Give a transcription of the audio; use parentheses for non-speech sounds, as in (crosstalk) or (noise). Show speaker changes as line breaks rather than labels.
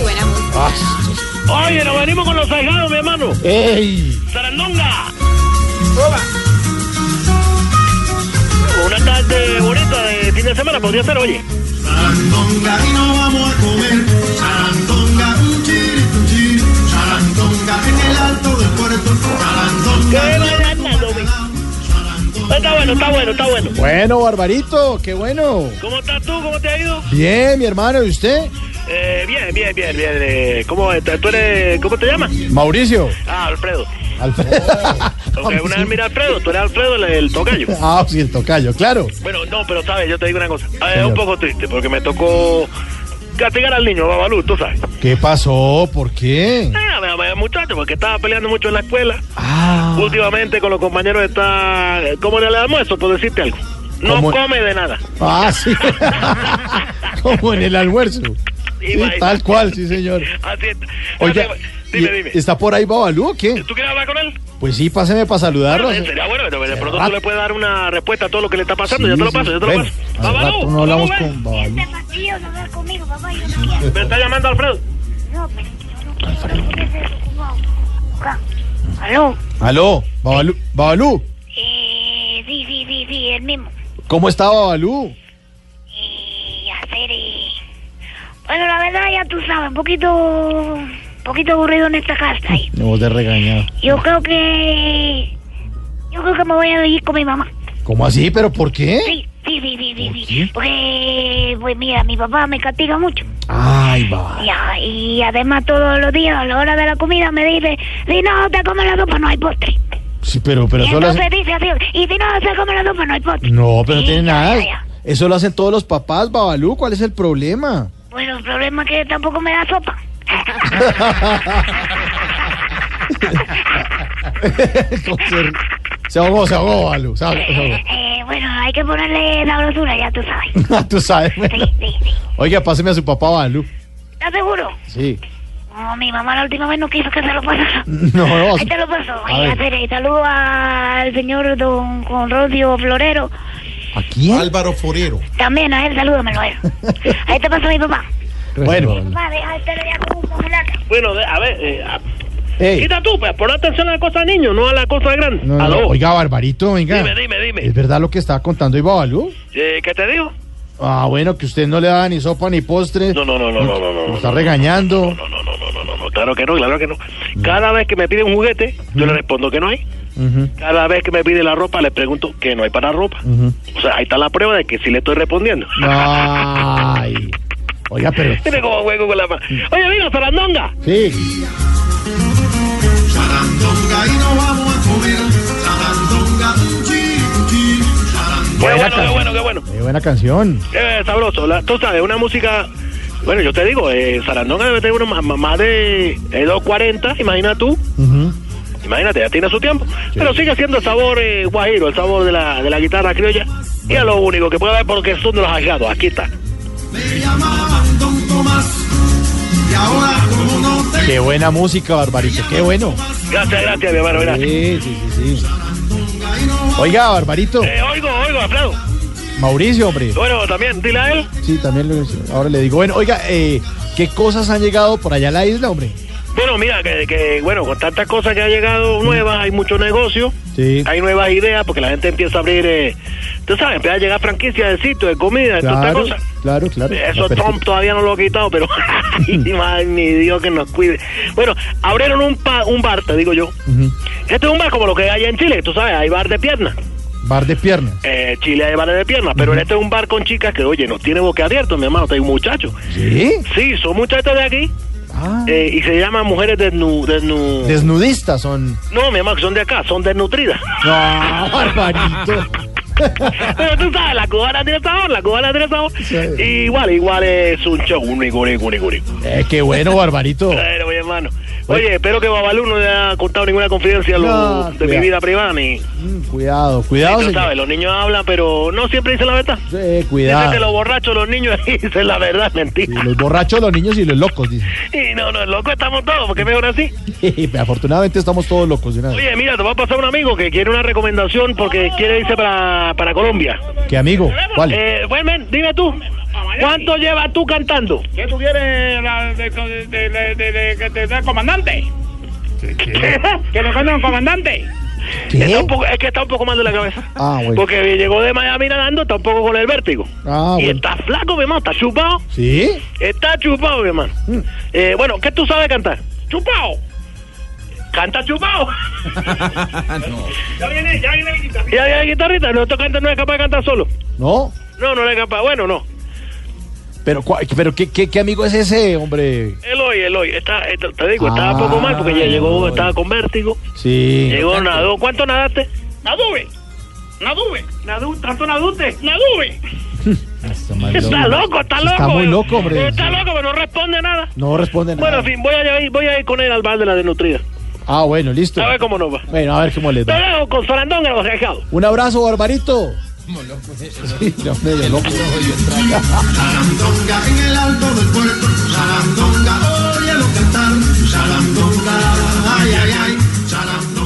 Buena música.
Oye, nos venimos con los aislados, mi hermano.
¡Ey!
¡Sarandonga! Una tarde bonita de fin de semana podría ser, oye.
Sarandonga y no vamos a comer. Sarandonga, un chiri, un chiri. Sarandonga en el alto del puerto. Sarandonga.
¿Qué vaya hablando, mi? Está bueno, está bueno, está bueno.
Bueno, Barbarito, qué bueno.
¿Cómo estás tú? ¿Cómo te ha ido?
Bien, mi hermano, ¿y usted?
Eh, bien, bien, bien, bien. eh, ¿Cómo estás? ¿Tú eres... ¿Cómo te llamas?
Mauricio.
Ah, Alfredo.
Alfredo.
(laughs) Ok, una vez mira Alfredo, tú eres Alfredo el, el tocayo.
Ah, sí, el tocayo, claro.
Bueno, no, pero sabes, yo te digo una cosa. Ah, Es
Señor.
un poco triste porque me tocó castigar al niño, Babalú, tú sabes.
¿Qué pasó? ¿Por qué?
Ah, me- me- muchacho, porque estaba peleando mucho en la escuela.
Ah,
Últimamente con los compañeros está como en el almuerzo, por decirte algo. No
¿Cómo?
come de nada.
ah sí. (laughs) Como en el almuerzo. Sí,
Imagínate.
tal cual, sí, señor.
Así es.
Oye,
dime, dime.
¿está por ahí Babalú o qué?
¿Tú quieres hablar con él?
Pues sí, páseme para saludarlo.
Bueno, sería bueno, pero de pronto
rato.
tú le puedes dar una respuesta a todo lo que le está pasando. yo te lo
Sí,
paso,
sí.
yo te
Bueno,
lo paso.
al
Babalú,
rato no
¿cómo
hablamos
ves?
con Babalú.
Este fastidio no hablar conmigo, papá, yo no quiero.
¿Me está llamando Alfredo?
No, pero yo no quiero. ¿Qué es eso, cómo? Acá. ¿Aló?
Aló, Babalú, Babalú,
Eh, sí, sí, sí, sí, el mismo.
¿cómo está Babalú?
Eh, hacer, eh... Bueno, la verdad, ya tú sabes, un poquito... Un poquito aburrido en esta casa. eh.
Me voy de regañado.
Yo creo que... Yo creo que me voy a ir con mi mamá.
¿Cómo así? ¿Pero por qué?
Sí, sí, sí, sí, sí.
¿Por
sí.
qué?
Porque, pues mira, mi papá me castiga mucho.
Ay, Babalú.
Ya, y además todos los días a la hora de la comida me dice, si no te comes la sopa no hay postre.
Sí, pero, pero
Y
eso lo
entonces
hacen...
dice así, y si no se come la sopa no hay postre.
No, pero no
Sí,
tiene
ya,
nada.
ya, ya.
Eso lo hacen todos los papás, Babalú. ¿Cuál es el
(laughs)
problema? (laughs)
Bueno, el problema es que tampoco me da sopa.
Como se- se ahogó, se ahogó, Babalú. Se ahogó, se ahogó.
Eh, bueno, hay que ponerle sabrosura, ya tú sabes.
Ah, (laughs) Tú sabes.
Sí, sí, sí.
Oiga, páseme a su papá, Babalú.
¿Estás seguro?
Sí.
No, mi mamá la última vez no quiso que se lo pasara.
(laughs) No, no.
Ahí te lo paso.
A
Ay,
ver.
hacer, eh, saludo al señor don Conrodio Florero.
¿A quién?
Álvaro Forero.
También a él, salúdamelo a él. Ahí te paso a mi papá.
Bueno,
Papá, deja el pelo ya como un pomelata.
Bueno, de- a ver, eh, a-
ey.
quita tú, pues, pon atención a la cosa de niño, no a la cosa de grande.
No, no,
Aló.
Oiga, Barbarito, venga.
Dime, dime, dime.
¿Es verdad lo que estaba contando hoy Babalú?
Eh, ¿Qué te digo?
Ah, bueno, que usted no le daba ni sopa ni postre.
No, no, no, no, no, no, no.
Lo está regañando.
No, no, no, no, no, no, no, claro que no, claro que no. Cada vez que me pide un juguete, yo le respondo que no hay.
Ujú.
Cada vez que me pide la ropa, le pregunto que no hay para ropa. O sea, ahí está la prueba de que sí le estoy respondiendo.
Ay. Oiga, pero.
Mire cómo juego con la mano. Oye, mira, Sarandonga.
Sí.
Sarandonga y no vamos a comer. Sarandonga, un chiri, un chiri. Sarandonga.
Qué
Buena
bueno, qué
canción.
bueno, qué bueno.
Qué buena canción.
Eh, sabroso. La- tú sabes, una música. Bueno, yo te digo, eh, Sarandonga debe tener uno más, más de eh, 2.40, imagina tú.
Ujú.
Imagínate, ya tiene su tiempo. Pero sigue siendo el sabor eh, guajiro, el sabor de la, de la guitarra criolla. Y es lo único que puede haber porque son de los aislados. Aquí está.
Me llamaban Don Tomás. Y ahora, como no te
Qué buena música, Barbarito. Qué bueno.
Gracias, gracias, mi hermano. Gracias.
Sí, sí, sí, sí. Oiga, Barbarito.
Eh, oigo, oigo, Alfredo.
Mauricio, hombre.
Bueno, también, dile a él.
Sí, también lo- ahora le digo. Bueno, oiga, eh, ¿qué cosas han llegado por allá a la isla, hombre?
Bueno, mira, que, que, bueno, con tantas cosas que ha llegado nuevas, hay mucho negocio,
Sí.
hay nuevas ideas, porque la gente empieza a abrir, eh, tú sabes, empieza a llegar franquicias de sitio, de comida, de todas
Claro,
estas cosas. Eh,
claro, claro.
Eso Trump todavía no lo ha quitado, pero (laughs) ay, madre, mi Dios que nos cuide. Bueno, abrieron un, pa- un bar, te digo yo.
Ujú.
Este es un bar como lo que hay en Chile, tú sabes, hay bar de piernas.
Bar de pierna.
Eh, Chile hay bar de piernas, pero este es un bar con chicas que, oye, no tiene boca abierto, mi hermano, te digo, muchacho.
Sí. Ah,
Sí, son muchachas de aquí eh, y se llama mujeres desnu, desnu-
Desnudistas son.
No, mi amor, que son de acá, son desnutridas.
No, barbarito.
(laughs) Pero tú sabes, la cubana tiene sabor, la cubana tiene sabor. Y igual, igual es un show, único, único, único, único.
Eh, qué bueno, barbarito.
Pero, mi hermano. Oye, espero que Babalú no le haya contado ninguna confidencia a lo-
No,
de mi
cuidado.
vida privada. Ni,
Mm, cuidado, cuidado,
tú
señor.
sabes, los niños hablan, pero no siempre dicen la verdad.
Eh,
Dicen que
cuidado.
los borrachos, los niños (laughs) dicen la verdad, mentira.
Sí, los borrachos, los niños y los locos, dicen.
Y no, no, loco estamos todos, porque mejor así.
Afortunadamente estamos todos locos. de una vez.
Oye, mira, te va a pasar un amigo que quiere una recomendación porque quiere irse para, para Colombia.
¿Qué amigo? ¿Cuál?
Eh, Wilmer, dime tú, ¿cuánto llevas tú cantando?
¿Qué tú quieres la- de, de, de, de- de- de- de- de comandante? ¿Eh?
(laughs)
¿Que le cuente un comandante?
Está un
¿Qué?
poco- es que está un poco mal de la cabeza.
Ah, bueno.
Porque llegó de Miami nadando, está un poco con el vértigo.
Ah,
y
bueno.
está flaco, mi hermano, está chupado.
¿Sí?
Está chupado, mi hermano.
Mm.
Eh, bueno, ¿qué tú sabes cantar? Chupado. Canta
(laughs)
chupado. (laughs)
Ya viene, ya viene el guitarrista.
Ya ya, guitarrita, no, esto canta, no es capaz de cantar solo.
¿No?
No, no es capaz. Bueno, no.
¿Pero, cua- pero ¿qué, qué, qué amigo es ese, hombre?
Eloy, Eloy, está, eh, te- te digo,
Ah,
estaba poco mal porque ya llegó,
Eloy.
estaba con vértigo.
Sí.
Llegó, nadó. ¿Cuánto nadaste?
Nadube. Nadube. Nadu, tanto nadute. Nadube.
Está loco, está
Sí,
loco.
Está muy
pero-
loco, hombre.
Está
Sí.
loco, pero no responde nada.
No responde
Bueno,
nada.
en fin, voy a, ir, voy a ir con él al bar de la desnutrida.
Ah, bueno, listo.
A ver cómo nos va.
Bueno, a ver cómo le
Te
da.
dejo con Sarandón en los rejados.
Un abrazo, barbarito. Sí, no, medio loco.
Salandonga en el alto del puerto, Salandonga, óyelo cantar, Salandonga, ay, ay, ay, Salandonga.